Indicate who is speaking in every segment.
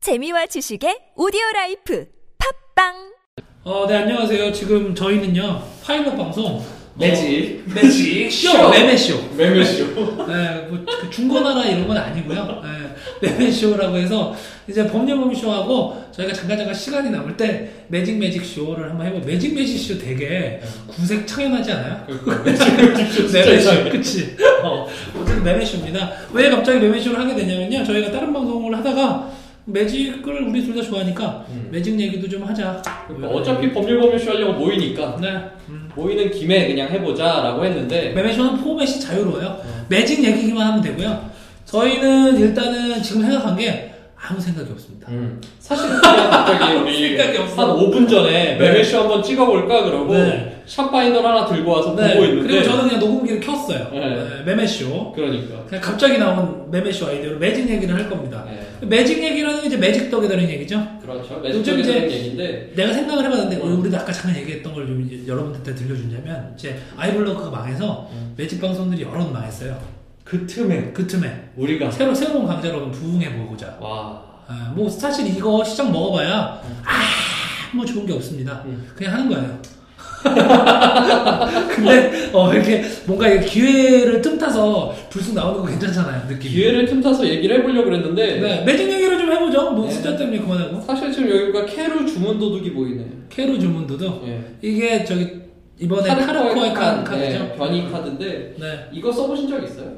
Speaker 1: 재미와 지식의 오디오 라이프 팝빵
Speaker 2: 어, 네, 안녕하세요. 지금 저희는요, 파일럿 방송. 어,
Speaker 3: 매직.
Speaker 2: 매직. 쇼!
Speaker 3: 쇼.
Speaker 2: 매매쇼.
Speaker 3: 매매쇼.
Speaker 2: 네, 뭐, 그 중고나라 이런 건 아니고요. 네, 매매쇼라고 해서, 이제 법률범쇼하고 저희가 잠깐잠깐 시간이 남을 때, 매직 매직쇼를 한번 해보고, 매직 매직쇼 되게 구색 창연하지 않아요? 매매쇼. 그치. 어, 어쨌든 매매쇼입니다. 왜 갑자기 매매쇼를 하게 되냐면요, 저희가 다른 방송을 하다가, 매직을 우리 둘 다 좋아하니까,
Speaker 3: 음. 그러니까
Speaker 2: 매직 얘기도 좀 하자.
Speaker 3: 뭐 어차피 법률 법률쇼 하려고 모이니까
Speaker 2: 네. 음.
Speaker 3: 모이는 김에 그냥 해보자라고 했는데
Speaker 2: 매매쇼는 포맷이 자유로워요.
Speaker 3: 네.
Speaker 2: 매직 얘기만 하면 되고요. 저희는 일단은 지금 생각한 게 아무 생각이 없습니다.
Speaker 3: 음, 사실 그냥 갑자기 우리
Speaker 2: 생각이
Speaker 3: 한
Speaker 2: 없어.
Speaker 3: 5분 전에
Speaker 2: 네.
Speaker 3: 매매쇼 한번 찍어볼까 그러고
Speaker 2: 네.
Speaker 3: 샷파이널 하나 들고 와서
Speaker 2: 네,
Speaker 3: 보고 있는데
Speaker 2: 그리고 저는 그냥 녹음기를 켰어요.
Speaker 3: 네.
Speaker 2: 네, 매매쇼.
Speaker 3: 그러니까
Speaker 2: 그냥 갑자기 나온 매매쇼 아이디어로 매직 얘기를 할 겁니다.
Speaker 3: 네,
Speaker 2: 매직 얘기라는 이제 매직 덕에 다는 얘기죠.
Speaker 3: 그렇죠
Speaker 2: 요즘 이제-
Speaker 3: 매매쇼라는 얘기인데
Speaker 2: 내가 생각을 해봤는데
Speaker 3: 음.
Speaker 2: 오늘 우리도 아까 잠깐 얘기했던 걸 좀 여러분들한테 들려주냐면 이제 아이블로그가 망해서
Speaker 3: 음.
Speaker 2: 매직 방송들이 여러 번 망했어요.
Speaker 3: 그 틈에
Speaker 2: 그 틈에
Speaker 3: 우리가
Speaker 2: 새로 새로운 강좌로 부흥해보고자.
Speaker 3: 와
Speaker 2: 아, 뭐 사실 이거 시장 먹어봐야 아뭐 좋은 게 없습니다.
Speaker 3: 음.
Speaker 2: 그냥 하는 거예요. 근데 어 이렇게 뭔가 이렇게 기회를 틈타서 불쑥 나오는 거 괜찮잖아요 느낌이.
Speaker 3: 기회를 틈타서 얘기를 해보려고 그랬는데
Speaker 2: 네 매직 얘기를 좀 해보죠. 뭐
Speaker 3: 네.
Speaker 2: 숫자 때문에 그만하고
Speaker 3: 사실 지금 여기가 캐롤 주문 도둑이 보이네
Speaker 2: 캐로 주문도도
Speaker 3: 예.
Speaker 2: 이게 저기 이번에 카르코의 카- 카드죠.
Speaker 3: 예, 변이 카드인데
Speaker 2: 네.
Speaker 3: 이거 써보신 적 있어요?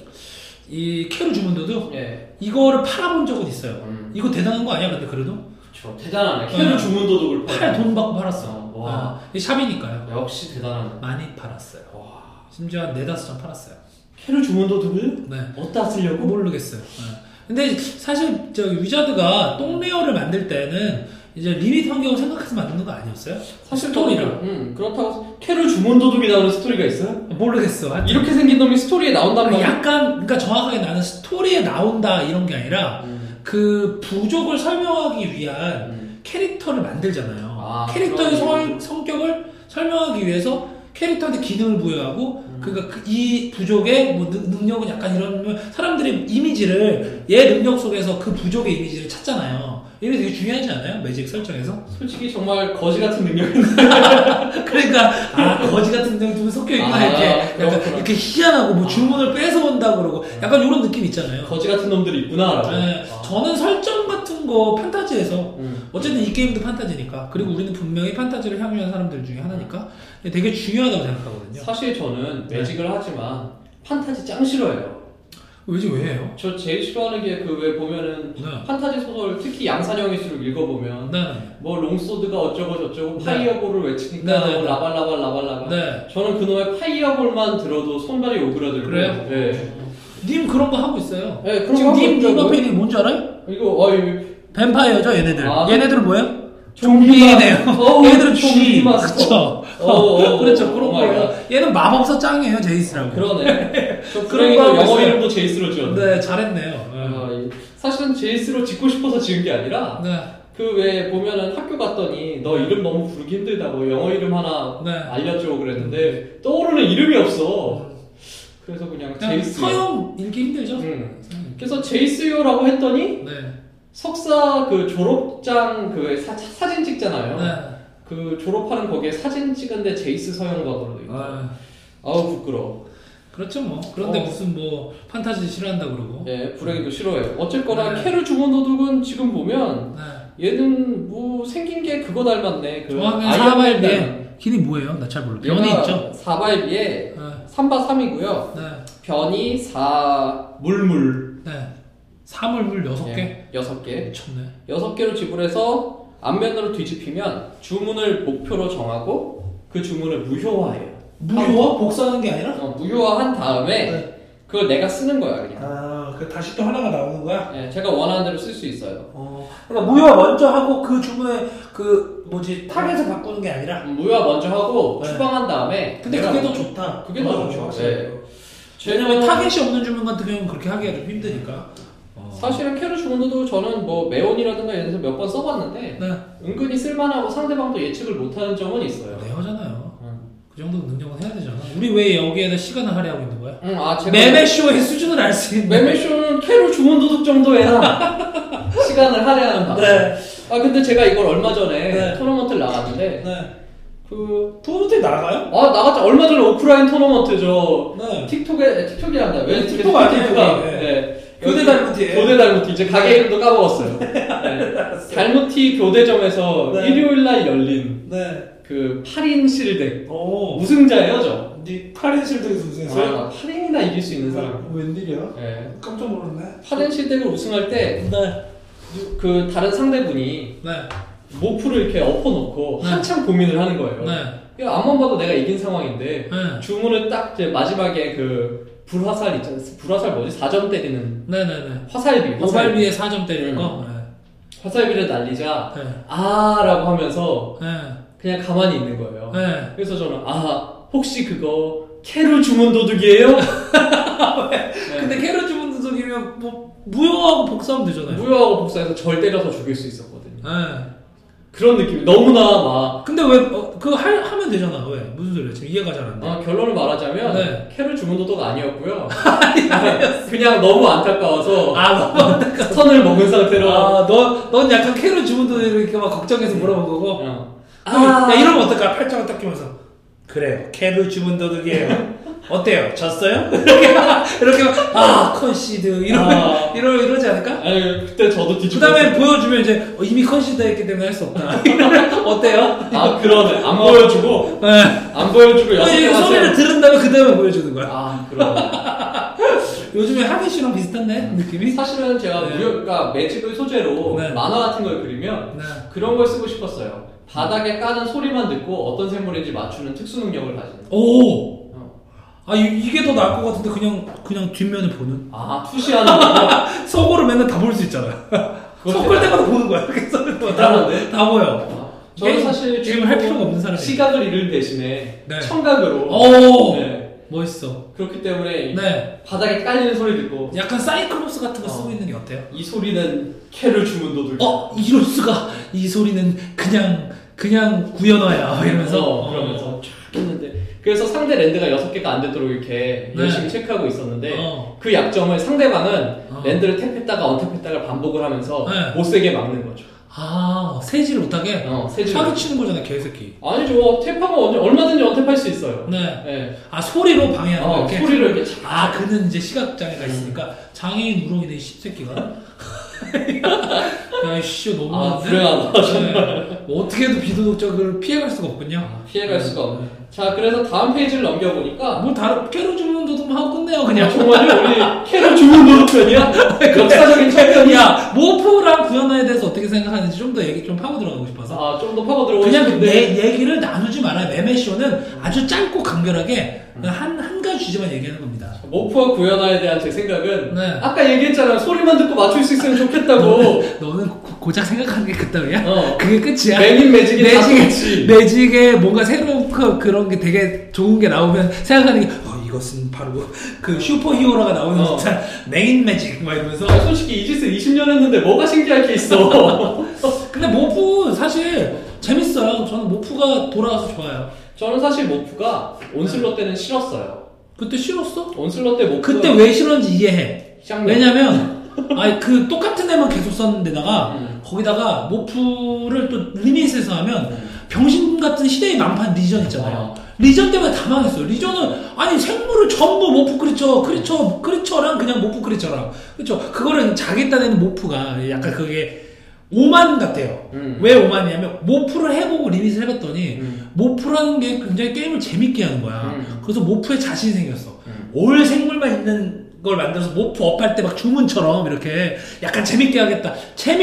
Speaker 2: 이 캐로 주문도도
Speaker 3: 예.
Speaker 2: 이거를 팔아본 적은 있어요.
Speaker 3: 음.
Speaker 2: 이거 대단한 거 아니야 근데 그래도
Speaker 3: 그렇죠. 대단하네.
Speaker 2: 캐롤
Speaker 3: 아, 캐롤 주문 도둑을
Speaker 2: 팔 돈 받고 팔았어.
Speaker 3: 어, 와.
Speaker 2: 아, 이 샵이니까요.
Speaker 3: 역시 대단하네.
Speaker 2: 많이 팔았어요.
Speaker 3: 와.
Speaker 2: 심지어 한 네다섯 장 팔았어요.
Speaker 3: 캐롤 주문 도둑을
Speaker 2: 네.
Speaker 3: 어디다 쓰려고?
Speaker 2: 모르겠어요. 예. 근데 사실 저 위자드가 똥레어를 만들 때는 이제 리밋 환경을 생각해서 만드는 거 아니었어요?
Speaker 3: 사실
Speaker 2: 스토리를
Speaker 3: 음, 그렇다고 캐롤 주문 도둑이 나오는 스토리가 있어요?
Speaker 2: 모르겠어. 하여튼
Speaker 3: 이렇게 생긴 놈이 스토리에 나온단 말이야.
Speaker 2: 예. 약간 그러니까 정확하게 나는 스토리에 나온다 이런 게 아니라
Speaker 3: 음.
Speaker 2: 그 부족을 설명하기 위한
Speaker 3: 음.
Speaker 2: 캐릭터를 만들잖아요.
Speaker 3: 아,
Speaker 2: 캐릭터의
Speaker 3: 그런
Speaker 2: 설- 성격을 설명하기 위해서 캐릭터한테 기능을 부여하고
Speaker 3: 음.
Speaker 2: 그러니까 그이 부족의 뭐 능- 능력은 약간 이런 사람들의
Speaker 3: 음.
Speaker 2: 이미지를 얘 능력 속에서 그 부족의 이미지를 찾잖아요. 이게 되게 중요하지 않아요? 매직 설정에서?
Speaker 3: 솔직히 정말 거지 같은 능력인데.
Speaker 2: 그러니까 아 거지 같은 능력이 좀 섞여 있구나
Speaker 3: 아,
Speaker 2: 이렇게 약간
Speaker 3: 그렇구나. 아.
Speaker 2: 이렇게 희한하고 뭐 주문을 뺏어온다 그러고 약간 이런 느낌 있잖아요.
Speaker 3: 거지 같은 놈들이 있구나라고.
Speaker 2: 네,
Speaker 3: 아.
Speaker 2: 저는 설정 같은 거 판타지에서
Speaker 3: 음.
Speaker 2: 어쨌든 이 게임도 판타지니까 그리고 우리는 분명히 판타지를 향유한 사람들 중에 하나니까 되게 중요하다고 생각하거든요
Speaker 3: 사실 저는 매직을 하지만 판타지 짱 싫어해요.
Speaker 2: 왜지 왜 해요?
Speaker 3: 저 제일 싫어하는 게 그 왜 보면은
Speaker 2: 네.
Speaker 3: 판타지 소설 특히 양산형의 수를 읽어보면
Speaker 2: 네.
Speaker 3: 뭐 롱소드가 어쩌고 저쩌고
Speaker 2: 네.
Speaker 3: 파이어볼을 외치니까 뭐
Speaker 2: 네, 네, 네.
Speaker 3: 라발라발 라발라발
Speaker 2: 네.
Speaker 3: 저는 그놈의 파이어볼만 들어도 손발이 오그라들고
Speaker 2: 그래요?
Speaker 3: 네.
Speaker 2: 님 그런 거 하고 있어요
Speaker 3: 네, 그런
Speaker 2: 지금
Speaker 3: 거 하고
Speaker 2: 님, 님
Speaker 3: 있다고요?
Speaker 2: 앞에 있는 게 뭔지 알아요?
Speaker 3: 이거 어이
Speaker 2: 뱀파이어죠 얘네들
Speaker 3: 아.
Speaker 2: 얘네들은 뭐예요?
Speaker 3: 좀비만.
Speaker 2: 좀비네요
Speaker 3: 어우,
Speaker 2: 얘네들은 좀비
Speaker 3: 좀비만.
Speaker 2: 그쵸?
Speaker 3: 어, 어, 어,
Speaker 2: 그렇죠
Speaker 3: 어,
Speaker 2: 그런
Speaker 3: 어, 그렇죠.
Speaker 2: 거예요 얘는 마법사 짱이에요 제이스라고
Speaker 3: 그러네 저
Speaker 2: 그런
Speaker 3: 그런
Speaker 2: 거 하고
Speaker 3: 거 영어
Speaker 2: 있어요.
Speaker 3: 이름도 제이스로 지었네
Speaker 2: 네 잘했네요
Speaker 3: 아, 이- 사실은 제이스로 짓고 싶어서 지은 게 아니라
Speaker 2: 네.
Speaker 3: 그 왜 보면은 학교 갔더니 너 이름 너무 부르기 힘들다고 영어 이름 하나
Speaker 2: 네.
Speaker 3: 알려줘 그랬는데 떠오르는 이름이 없어 그래서 그냥
Speaker 2: 음. 그냥
Speaker 3: 제이스
Speaker 2: 서영 읽기 힘들죠?
Speaker 3: 음. 그래서 제이스요라고 했더니
Speaker 2: 네.
Speaker 3: 석사 그 졸업장 그 사, 사진 찍잖아요.
Speaker 2: 네.
Speaker 3: 그 졸업하는 거기에 사진 찍은데 제이스 서영과거로 있고.
Speaker 2: 아.
Speaker 3: 아우 부끄러워.
Speaker 2: 그렇죠 뭐 그런데
Speaker 3: 어.
Speaker 2: 무슨 뭐 판타지 싫어한다 그러고 네.
Speaker 3: 예, 불행히도 싫어해요. 어쨌거나
Speaker 2: 네.
Speaker 3: 캐롤 주문도둑은 지금 보면 얘는 뭐 생긴 게 그거 닮았네. 그
Speaker 2: 정확하게
Speaker 3: 아이언맨 닮은.
Speaker 2: 사발비의 길이 뭐예요? 나 잘 모르겠어요 변이
Speaker 3: 얘가
Speaker 2: 있죠?
Speaker 3: 사발비에
Speaker 2: 네.
Speaker 3: 3바 3이고요.
Speaker 2: 네.
Speaker 3: 변이 4 물물
Speaker 2: 네. 사물물 6개?
Speaker 3: 예, 여섯 개.
Speaker 2: 미쳤네
Speaker 3: 여섯 개로 지불해서 앞면으로 뒤집히면 주문을 목표로 정하고 그 주문을 무효화해요.
Speaker 2: 무효와 복사하는 게 아니라?
Speaker 3: 어, 무효화한 다음에
Speaker 2: 네.
Speaker 3: 그걸 내가 쓰는 거야 그냥.
Speaker 2: 아그 다시 또 하나가 나오는 거야?
Speaker 3: 예, 제가 원하는 대로 쓸 수 있어요.
Speaker 2: 어 그러니까 무효와 먼저 하고 그 주문에 그 뭐지 타겟을 바꾸는 게 아니라
Speaker 3: 음, 무효화 먼저 하고
Speaker 2: 네.
Speaker 3: 추방한 다음에.
Speaker 2: 근데
Speaker 3: 내가
Speaker 2: 그게 더
Speaker 3: 뭐-
Speaker 2: 좋다
Speaker 3: 그게 더
Speaker 2: 어,
Speaker 3: 좋죠.
Speaker 2: 확실히.
Speaker 3: 쟤는
Speaker 2: 왜냐면 타겟이 없는 주문 같은 경우는 그렇게 하기가 좀 힘드니까 어.
Speaker 3: 사실은 캐롤 주문도도 저는 뭐 매온이라든가 이런 데서 몇 번 써봤는데
Speaker 2: 네.
Speaker 3: 은근히 쓸만하고 상대방도 예측을 못하는 점은 있어요.
Speaker 2: 네. 레어잖아요
Speaker 3: 음,
Speaker 2: 그 정도 능력은 해야 되잖아. 우리 왜 여기에다 시간을 할애하고 있는 거야?
Speaker 3: 음, 아 제가
Speaker 2: 매매쇼의 수준을 알 수 있는.
Speaker 3: 매매쇼는 캐롤 주문도둑 정도야. 시간을 할애하는 방법.
Speaker 4: 네.
Speaker 3: 아 근데 제가 이걸 얼마 전에
Speaker 4: 네.
Speaker 3: 토너먼트를 나갔는데
Speaker 4: 네.
Speaker 3: 그
Speaker 4: 토너먼트에 나가요?
Speaker 3: 아 나갔죠 얼마 전에 오프라인 토너먼트죠
Speaker 4: 네.
Speaker 3: 틱톡에 틱톡이란다 왜
Speaker 4: 틱톡 아니에요,
Speaker 3: 틱톡아.
Speaker 4: 그게.
Speaker 3: 네.
Speaker 4: 교대 달무티예요.
Speaker 3: 교대 달무티 이제 가게 이름도 까먹었어요 네. 달무티 교대점에서
Speaker 4: 네.
Speaker 3: 일요일날 열린
Speaker 4: 네.
Speaker 3: 그 8인 실대
Speaker 2: 어.
Speaker 4: 오.
Speaker 3: 우승자예요 저
Speaker 4: 네 카렌 실드에서 우승했어요?
Speaker 3: 아, 8인이나 이길 수 있는
Speaker 2: 어,
Speaker 3: 사람
Speaker 4: 웬일이야?
Speaker 3: 네.
Speaker 4: 깜짝 놀랐네.
Speaker 3: 8인 실대를 우승할
Speaker 4: 네.
Speaker 3: 때 그 다른 상대분이
Speaker 2: 네.
Speaker 3: 모프를 이렇게 엎어놓고
Speaker 2: 네.
Speaker 3: 한참 고민을 하는 거예요
Speaker 2: 네.
Speaker 3: 야, 앞만 봐도 내가 이긴 상황인데
Speaker 2: 네.
Speaker 3: 주문을 딱 이제 마지막에 그 불화살 있잖아요. 불화살 뭐지? 4점 때리는
Speaker 2: 네네네.
Speaker 3: 화살비. 화살비.
Speaker 2: 오발비에 4점 때리는 거.
Speaker 3: 화살비를 날리자
Speaker 2: 네. 네.
Speaker 3: 아라고 하면서
Speaker 2: 네.
Speaker 3: 그냥 가만히 있는 거예요.
Speaker 2: 네.
Speaker 3: 그래서 저는 아 혹시 그거 캐롤 주문 도둑이에요? 네.
Speaker 2: 근데 캐럿 주문 분석이면 뭐 무효하고 복수하면 되잖아요.
Speaker 3: 무효하고 복사해서 절 때려서 죽일 수 있었거든요.
Speaker 2: 네.
Speaker 3: 그런 느낌. 너무나 막
Speaker 2: 근데 왜 어, 그거 할, 하면 되잖아. 왜? 무슨 소리야? 지금 이해가 잘 안 돼.
Speaker 3: 어, 결론을 말하자면
Speaker 2: 네.
Speaker 3: 캐롤 주문 도둑 아니었고요. 네. 그냥 너무 안타까워서
Speaker 2: 아, 너무
Speaker 3: 선을 먹은 상태로
Speaker 2: 아, 너, 넌 약간 캐럿 주문도 이렇게 막 걱정해서
Speaker 3: 네.
Speaker 2: 물어본 거고.
Speaker 3: 어.
Speaker 2: 아, 야, 이러면 어떨까? 팔짱을 딱 끼면서. 그래요. 캐를 주문 도둑이에요. 어때요? 졌어요? 이렇게, 막- 이렇게, 막, 아, 컨시드. 이러,
Speaker 3: 아. 그렇죠.
Speaker 2: 이러, 이러지 않을까?
Speaker 3: 아니 그때 저도
Speaker 2: 그
Speaker 3: 뒤집어.
Speaker 2: 다음에 보여주면 이제, 어, 이미 컨시드 했기 때문에 할 수 없다. 어때요?
Speaker 3: 아 그러네. 안 보여주고
Speaker 2: 예.
Speaker 3: 안 보여주고
Speaker 2: 어,
Speaker 3: 여섯
Speaker 2: 이
Speaker 3: 개
Speaker 2: 소리를
Speaker 3: 하세요.
Speaker 2: 들은 다음에 그 다음에 보여주는 거야.
Speaker 3: 아 그러네.
Speaker 2: 요즘에 하빈 씨랑 비슷한데? 느낌이?
Speaker 3: 음. 사실은 제가
Speaker 2: 네.
Speaker 3: 무료 그러니까 매직을 소재로
Speaker 2: 네.
Speaker 3: 만화 같은 걸 그리면
Speaker 2: 네.
Speaker 3: 그런 걸 쓰고 싶었어요. 바닥에 까는 소리만 듣고 어떤 샘물인지 맞추는 특수 능력을 가진.
Speaker 2: 오!
Speaker 3: 어.
Speaker 2: 아, 이, 게더 나을 것 같은데, 그냥, 그냥 뒷면을 보는?
Speaker 3: 아 투시하는 거.
Speaker 2: 속으로 맨날 다 볼 수 있잖아.
Speaker 3: 그거
Speaker 2: 섞을
Speaker 3: 대단-
Speaker 2: 때마다 보는 거야. 그래서 다, 뭐,
Speaker 3: 대단한데.
Speaker 2: 다 보여.
Speaker 3: 아, 저는
Speaker 2: 게임-
Speaker 3: 사실
Speaker 2: 게임을 할 필요가 없는 사람이에요.
Speaker 3: 시각을 잃을 대신에
Speaker 2: 네.
Speaker 3: 청각으로.
Speaker 2: 오!
Speaker 3: 네.
Speaker 2: 멋있어.
Speaker 3: 그렇기 때문에
Speaker 2: 네.
Speaker 3: 바닥에 깔리는 소리 듣고
Speaker 2: 약간 사이클롭스 같은 거
Speaker 3: 어.
Speaker 2: 쓰고 있는 게 어때요?
Speaker 3: 이 소리는 캐를 주문 도둑.
Speaker 2: 어, 이럴 수가. 이 소리는 그냥, 그냥 구현화야. 이러면서.
Speaker 3: 어, 그러면서 쫙 했는데 그래서 상대 랜드가 여섯 개가 안 되도록 이렇게
Speaker 2: 네.
Speaker 3: 열심히 체크하고 있었는데
Speaker 2: 어.
Speaker 3: 그 약점을 상대방은
Speaker 2: 어.
Speaker 3: 랜드를 탭했다가 언탭했다가 반복을 하면서
Speaker 2: 네.
Speaker 3: 못 세게 막는 거죠.
Speaker 2: 아, 세질 못하게?
Speaker 3: 어, 세질.
Speaker 2: 차로 치는 거잖아, 개새끼.
Speaker 3: 아니죠. 탭하면 언제- 얼마든지 언탭할 수 있어요.
Speaker 2: 네.
Speaker 3: 네.
Speaker 2: 아, 소리로 방해하는
Speaker 3: 어,
Speaker 2: 거. 이렇게.
Speaker 3: 소리를 이렇게 자-
Speaker 2: 아, 그는 이제 시각장애가 있으니까 장애인 우롱이네, 이 새끼가. 야, 씨, 너무.
Speaker 3: 아, 불행하다.
Speaker 2: 네. 뭐 어떻게 해도 비도덕적을 피해갈 수가 없군요.
Speaker 3: 피해갈 수가 없는. 자 그래서 다음 페이지를 넘겨보니까
Speaker 2: 뭐, 다른, 캐로 주문 도둑만 뭐 하고 끝내요,
Speaker 3: 야,
Speaker 2: 그냥.
Speaker 3: 정말 우리 캐를 주문 도둑 편이야? 아, 역사적인 챔피언이야?
Speaker 2: 야, 뭐 모프랑 구현화에 대해서 어떻게 생각하는지 좀 더 얘기 좀 파고 들어가고 싶어서.
Speaker 3: 아 좀 더 파고 들어오고
Speaker 2: 그냥
Speaker 3: 싶은데
Speaker 2: 내 얘기를 나누지 말아요. 매매쇼는 아주 짧고 간결하게
Speaker 3: 음.
Speaker 2: 한, 한 가지 주제만 얘기하는 겁니다.
Speaker 3: 모프와 구현화에 대한 제 생각은
Speaker 2: 네.
Speaker 3: 아까 얘기했잖아 소리만 듣고 맞출 수 있으면 좋겠다고
Speaker 2: 너는 고- 고작 생각하는 게 그따위야?
Speaker 3: 어.
Speaker 2: 그게 끝이야.
Speaker 3: 매긴 매직이 다
Speaker 2: 매직,
Speaker 3: 좋지.
Speaker 2: 매직에 뭔가 새로운 그- 그런 게 되게 좋은 게 나오면 생각하는 게, 어, 이것은 바로 그 슈퍼 히어로가 나오는
Speaker 3: 어.
Speaker 2: 듯한 메인 매직, 막 이러면서.
Speaker 3: 아, 솔직히 이 짓을 20년 했는데 뭐가 신기할 게 있어
Speaker 2: 근데 모프 사실 재밌어요. 저는 모프가 돌아와서 좋아요.
Speaker 3: 저는 사실 모프가 온슬러 때는 싫었어요
Speaker 2: 그때 싫었어?
Speaker 3: 온슬러 때 모프
Speaker 2: 네. 그때 왜 싫었는지 이해해.
Speaker 3: 샹
Speaker 2: 왜냐면 아니 그 똑같은 애만 계속 썼는데다가
Speaker 3: 음.
Speaker 2: 거기다가 모프를 또 리메이스해서 하면
Speaker 3: 음.
Speaker 2: 병신 같은 시대의 만판 리전 있잖아요.
Speaker 3: 어.
Speaker 2: 리전 때문에 다 망했어요. 리전은 아니 생물을 전부 모프 크리처, 크리처, 크리처랑 그냥 모프 크리처랑 그렇죠. 그거를 자기 딴에는 모프가 약간 그게 오만 같아요.
Speaker 3: 음.
Speaker 2: 왜 오만이냐면 모프를 해보고 리밋을 해봤더니
Speaker 3: 음.
Speaker 2: 모프라는 게 굉장히 게임을 재밌게 하는 거야.
Speaker 3: 음.
Speaker 2: 그래서 모프에 자신이 생겼어.
Speaker 3: 음.
Speaker 2: 올 생물만 있는 걸 만들어서 모프 업할 때 막 주문처럼 이렇게 약간 재밌게 하겠다.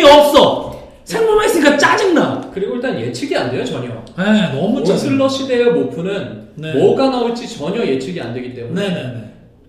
Speaker 2: 재미없어! 생물만 있으니까 짜증나!
Speaker 3: 그리고 일단 예측이 안 돼요 전혀
Speaker 2: 에 너무 짜증나.
Speaker 3: 온슬러 시대의 모프는
Speaker 2: 어, 네.
Speaker 3: 뭐가 나올지 전혀 예측이 안 되기 때문에
Speaker 2: 네네네.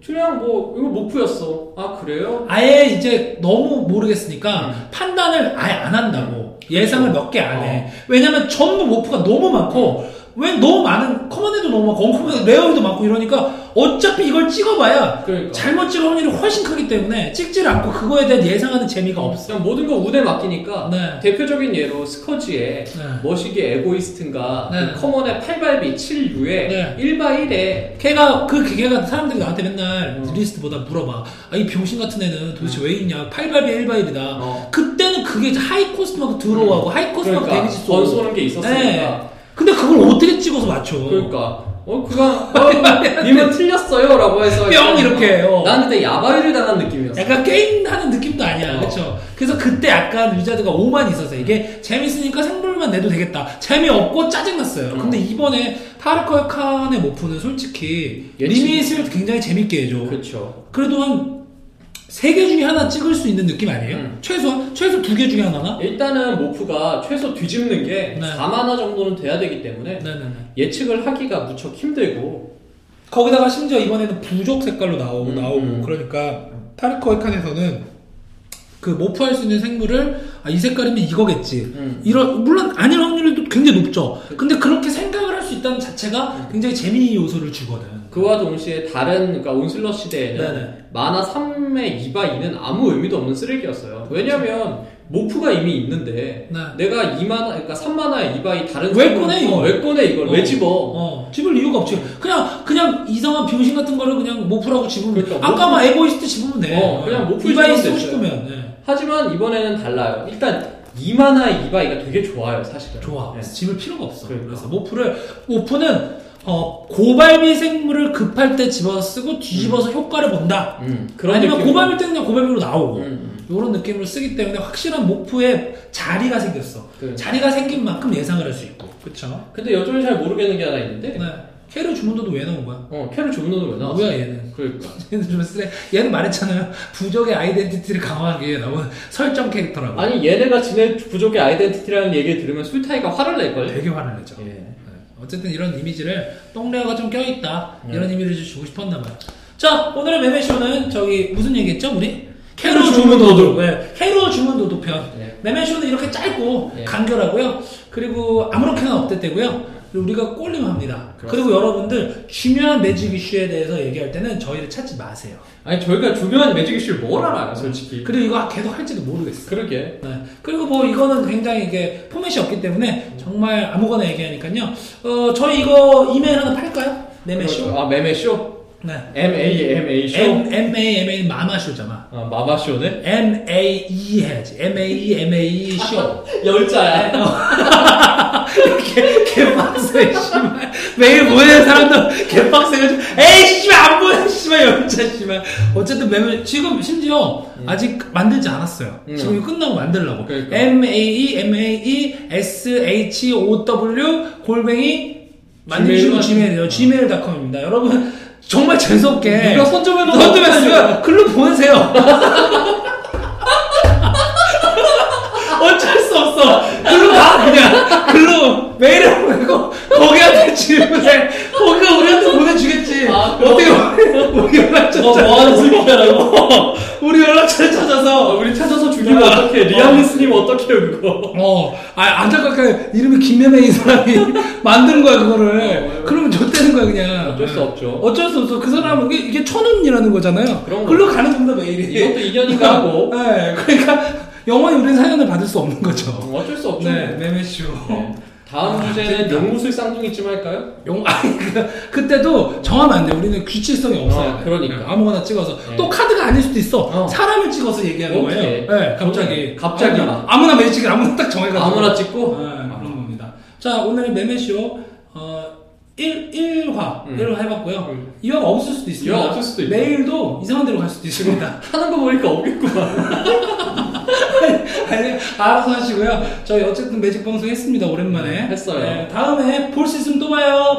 Speaker 3: 그냥 뭐 이거 모프였어 아 그래요?
Speaker 2: 아예 이제 너무 모르겠으니까
Speaker 3: 음. 그렇죠. 어.
Speaker 2: 판단을 아예 안 한다고. 예상을 몇 개 안 해. 왜냐면 전부 모프가 너무 많고 왜 너무 많은 커먼에도 너무 많고 언커먼에 레어에도 많고 이러니까 어차피 이걸 찍어봐야
Speaker 3: 그러니까.
Speaker 2: 잘못 찍을 확률이 훨씬 크기 때문에 찍질 않고 그거에 대한 예상하는 재미가 없어.
Speaker 3: 그냥 모든 거 운에 맡기니까
Speaker 2: 네.
Speaker 3: 대표적인 예로 스커지의
Speaker 2: 네.
Speaker 3: 머시기 에고이스트인가
Speaker 2: 네.
Speaker 3: 그 커먼의 팔발비 7유에
Speaker 2: 네.
Speaker 3: 1바 1에
Speaker 2: 걔가 그 기계가 사람들이 나한테 맨날
Speaker 3: 음.
Speaker 2: 리스트보다 물어봐. 아, 이 병신 같은 애는 도대체 왜 있냐? 8발비 1발이다.
Speaker 3: 어.
Speaker 2: 그때는 그게 이제 하이 코스트막 들어오고 하이 코스트막
Speaker 3: 그러니까
Speaker 2: 데미지 쏘고. 네.
Speaker 3: 번쏘는 게 있었으니까.
Speaker 2: 근데 그걸 어떻게 찍어서 맞춰?
Speaker 3: 그러니까 어 그건 어, 님은 틀렸어요 라고 해서 어.
Speaker 2: 뿅 이렇게 해요.
Speaker 3: 난 그때 야바위를 당한 느낌이었어
Speaker 2: 약간 게임 하는 느낌도 아니야.
Speaker 3: 어.
Speaker 2: 그쵸? 그래서 그때 약간 유자드가 오만 있어서
Speaker 3: 음.
Speaker 2: 이게 재밌으니까 생불만 내도 되겠다. 재미없고 짜증났어요. 근데
Speaker 3: 음.
Speaker 2: 이번에 타르커의 칸의 모프는 솔직히
Speaker 3: 예측이-
Speaker 2: 리밋을 굉장히 재밌게 해줘.
Speaker 3: 그렇죠
Speaker 2: 그래도 한 세 개 중에 하나 찍을 수 있는 느낌 아니에요?
Speaker 3: 음.
Speaker 2: 최소한? 최소 두 개 중에 하나나?
Speaker 3: 일단은 모프가 최소 뒤집는 게
Speaker 2: 네.
Speaker 3: 4만화 정도는 돼야 되기 때문에
Speaker 2: 네네네.
Speaker 3: 예측을 하기가 무척 힘들고
Speaker 2: 거기다가 심지어 이번에는 부족 색깔로 나오고
Speaker 3: 음,
Speaker 2: 나오고
Speaker 3: 음.
Speaker 2: 그러니까 타르코의 칸에서는 그 모프할 수 있는 생물을 아, 이 색깔이면 이거겠지.
Speaker 3: 음.
Speaker 2: 이런 물론 아닐 확률도 굉장히 높죠. 근데 그렇게 생각을 할 수 있다는
Speaker 3: 음.
Speaker 2: 자체가 굉장히 재미 요소를 주거든.
Speaker 3: 그와 동시에 다른 그러니까 온슬러 시대에는
Speaker 2: 네네.
Speaker 3: 만화 3의 2바 2는 아무 의미도 없는 쓰레기였어요 왜냐면 모프가 이미 있는데
Speaker 2: 네.
Speaker 3: 내가 2만화 그러니까 3만화의 2바 2 다른
Speaker 2: 왜
Speaker 3: 생물을-
Speaker 2: 꺼내,
Speaker 3: 어,
Speaker 2: 이걸?
Speaker 3: 왜 꺼내 이걸
Speaker 2: 어.
Speaker 3: 왜 집어
Speaker 2: 어, 집을 이유가 없지. 그냥 그냥 이상한 병신 같은 거를 그냥 모프라고 집으면 돼.
Speaker 3: 그러니까
Speaker 2: 아까 막 에고이스트 집으면 돼.
Speaker 3: 어, 그냥 모프
Speaker 2: 이바이
Speaker 3: 집으면
Speaker 2: 쓰고
Speaker 3: 됐어요.
Speaker 2: 싶으면 네.
Speaker 3: 하지만 이번에는 달라요. 일단 이마나 이바이가 되게 좋아요, 사실은.
Speaker 2: 좋아.
Speaker 3: 네.
Speaker 2: 그래서 집을 필요가 없어. 그
Speaker 3: 그러니까.
Speaker 2: 래서 모프를 모프는 어, 고발비 생물을 급할 때 집어서 쓰고 뒤집어서 효과를 본다.
Speaker 3: 음, 그런
Speaker 2: 아니면
Speaker 3: 느낌으로.
Speaker 2: 고발비 때는 그냥 고발비로 나오고.
Speaker 3: 음,
Speaker 2: 이런 느낌으로 쓰기 때문에 확실한 목표에 자리가 생겼어.
Speaker 3: 그-
Speaker 2: 자리가 생긴 만큼 예상을 할 수 있고. 그쵸?
Speaker 3: 음. 근데 여전히 잘 모르겠는 게 하나 있는데,
Speaker 2: 네. 캐로 주문도도 왜 나온 거야?
Speaker 3: 어, 캐롤 조문호는 왜 나왔어?
Speaker 2: 뭐야 얘는?
Speaker 3: 그러니까.
Speaker 2: 얘는 좀 쓰레. 얘는 말했잖아요. 부족의 아이덴티티를 강화하기 위해 나온 설정 캐릭터라고.
Speaker 3: 아니 얘네가 지네 부족의 아이덴티티라는 얘기를 들으면 술타이가 화를 낼걸?
Speaker 2: 되게 화를 내죠.
Speaker 3: 예.
Speaker 2: 네. 어쨌든 이런 이미지를 똥레어가 좀 껴있다.
Speaker 3: 네.
Speaker 2: 이런 이미지를 주고 싶었나 봐요. 자 오늘의 매매쇼는 저기 무슨 얘기했죠 우리? 캐로
Speaker 3: 캐로
Speaker 2: 주문
Speaker 3: 주문도도.
Speaker 2: 도둑. 네. 캐로 주문 도둑 편.
Speaker 3: 네.
Speaker 2: 매매쇼는 이렇게 짧고
Speaker 3: 예.
Speaker 2: 간결하고요. 그리고 아무렇게나 업데이트고요. 그리고 우리가 꼴림합니다. 그리고 여러분들 중요한 매직 이슈에 대해서 얘기할 때는 저희를 찾지 마세요.
Speaker 3: 아니 저희가 중요한 매직 이슈를 뭘 알아요, 솔직히.
Speaker 2: 그리고 이거 계속 할지도 모르겠어요.
Speaker 3: 그러게.
Speaker 2: 네. 그리고 뭐 이거는 굉장히 이게 포맷이 없기 때문에 정말 아무거나 얘기하니까요. 어, 저희 이거 이메일 하나 팔까요? 매매쇼?
Speaker 3: 아 매매쇼?
Speaker 2: 네.
Speaker 3: M A M A 쇼?
Speaker 2: M, M, A, M, A, 마마쇼잖아.
Speaker 3: 아 마마쇼네?
Speaker 2: M, A, E 해야지. M, A, E, M, A, E, 쇼.
Speaker 3: 열자야.
Speaker 2: 개, 개빡세, 씨발. 매일 보내는 사람도 개빡세가지고, 에이, 씨발, 안 보내, 씨발, 연차, 씨발. 어쨌든 매물, 지금 심지어 아직 만들지 않았어요.
Speaker 3: 음.
Speaker 2: 지금 이거 끝나고 만들려고. E,
Speaker 3: 그러니까.
Speaker 2: MAE, MAE, SHOW, 골뱅이, 만드시고 지메일이요.
Speaker 3: Gmail.
Speaker 2: gmail.com입니다. 여러분, 정말 재수없게.
Speaker 3: 누가 선점해 놓은
Speaker 2: 선점했으면 글로 보내세요. 어쩔 수 없어. 글로 가, 그냥. 글로 메일을 보내고, 거기한테 질문해. 거기가 우리한테 보내주겠지.
Speaker 3: 아, 그럼.
Speaker 2: 어떻게 보내- 우리 연락처
Speaker 3: 어, 뭐 하는
Speaker 2: 소리야라고. 우리 연락처를 찾아서.
Speaker 3: 우리 찾아서 죽이면
Speaker 2: 아.
Speaker 3: 어떡해.
Speaker 2: 어.
Speaker 3: 리암 리스님 어떡해요, 그거.
Speaker 2: 어, 아, 안타깝게 이름이 김매매 이 사람이 만든 거야, 그거를.
Speaker 3: 어.
Speaker 2: 그러면 좋다는 거야, 그냥.
Speaker 3: 어쩔 수
Speaker 2: 네.
Speaker 3: 없죠.
Speaker 2: 어쩔 수 없어. 그 사람은 이게, 이게 천운이라는 거잖아요.
Speaker 3: 그런 거.
Speaker 2: 글로 가는 겁니다, 메일이.
Speaker 3: 이것도 인연인가 하고.
Speaker 2: 네, 그러니까 영원히 우리는 사연을 받을 수 없는 거죠.
Speaker 3: 어, 어쩔 수 없죠.
Speaker 2: 네, 매매쇼.
Speaker 3: 네. 다음 주제는 용무술 쌍둥이쯤 할까요?
Speaker 2: 용, 아니, 그, 그때도 정하면 안 돼. 우리는 규칙성이 없어야
Speaker 3: 어,
Speaker 2: 돼.
Speaker 3: 그러니까.
Speaker 2: 네, 아무거나 찍어서.
Speaker 3: 네.
Speaker 2: 또 카드가 아닐 수도 있어.
Speaker 3: 어.
Speaker 2: 사람을 찍어서 얘기하는
Speaker 3: 오케이.
Speaker 2: 거예요. 네, 갑자기.
Speaker 3: 갑자기
Speaker 2: 아무나,
Speaker 3: 막.
Speaker 2: 아무나 매직을 아무나 딱 정해가지고.
Speaker 3: 아무나 찍고?
Speaker 2: 네, 그런 겁니다. 자, 오늘의 매매쇼, 어, 1, 1화,
Speaker 3: 음.
Speaker 2: 일 1화 해봤고요.
Speaker 3: 음.
Speaker 2: 이 2화가 없을 수도 있습니다.
Speaker 3: 이화가 없을 수도 있고.
Speaker 2: 내일도 이상한 데로 갈 수도 있습니다.
Speaker 3: 하는 거 보니까 없겠구만.
Speaker 2: 아니, 알아서 하시고요. 저희 어쨌든 매직 방송 했습니다. 오랜만에.
Speaker 3: 음, 했어요.
Speaker 2: 다음에 볼 수 있으면 또 봐요.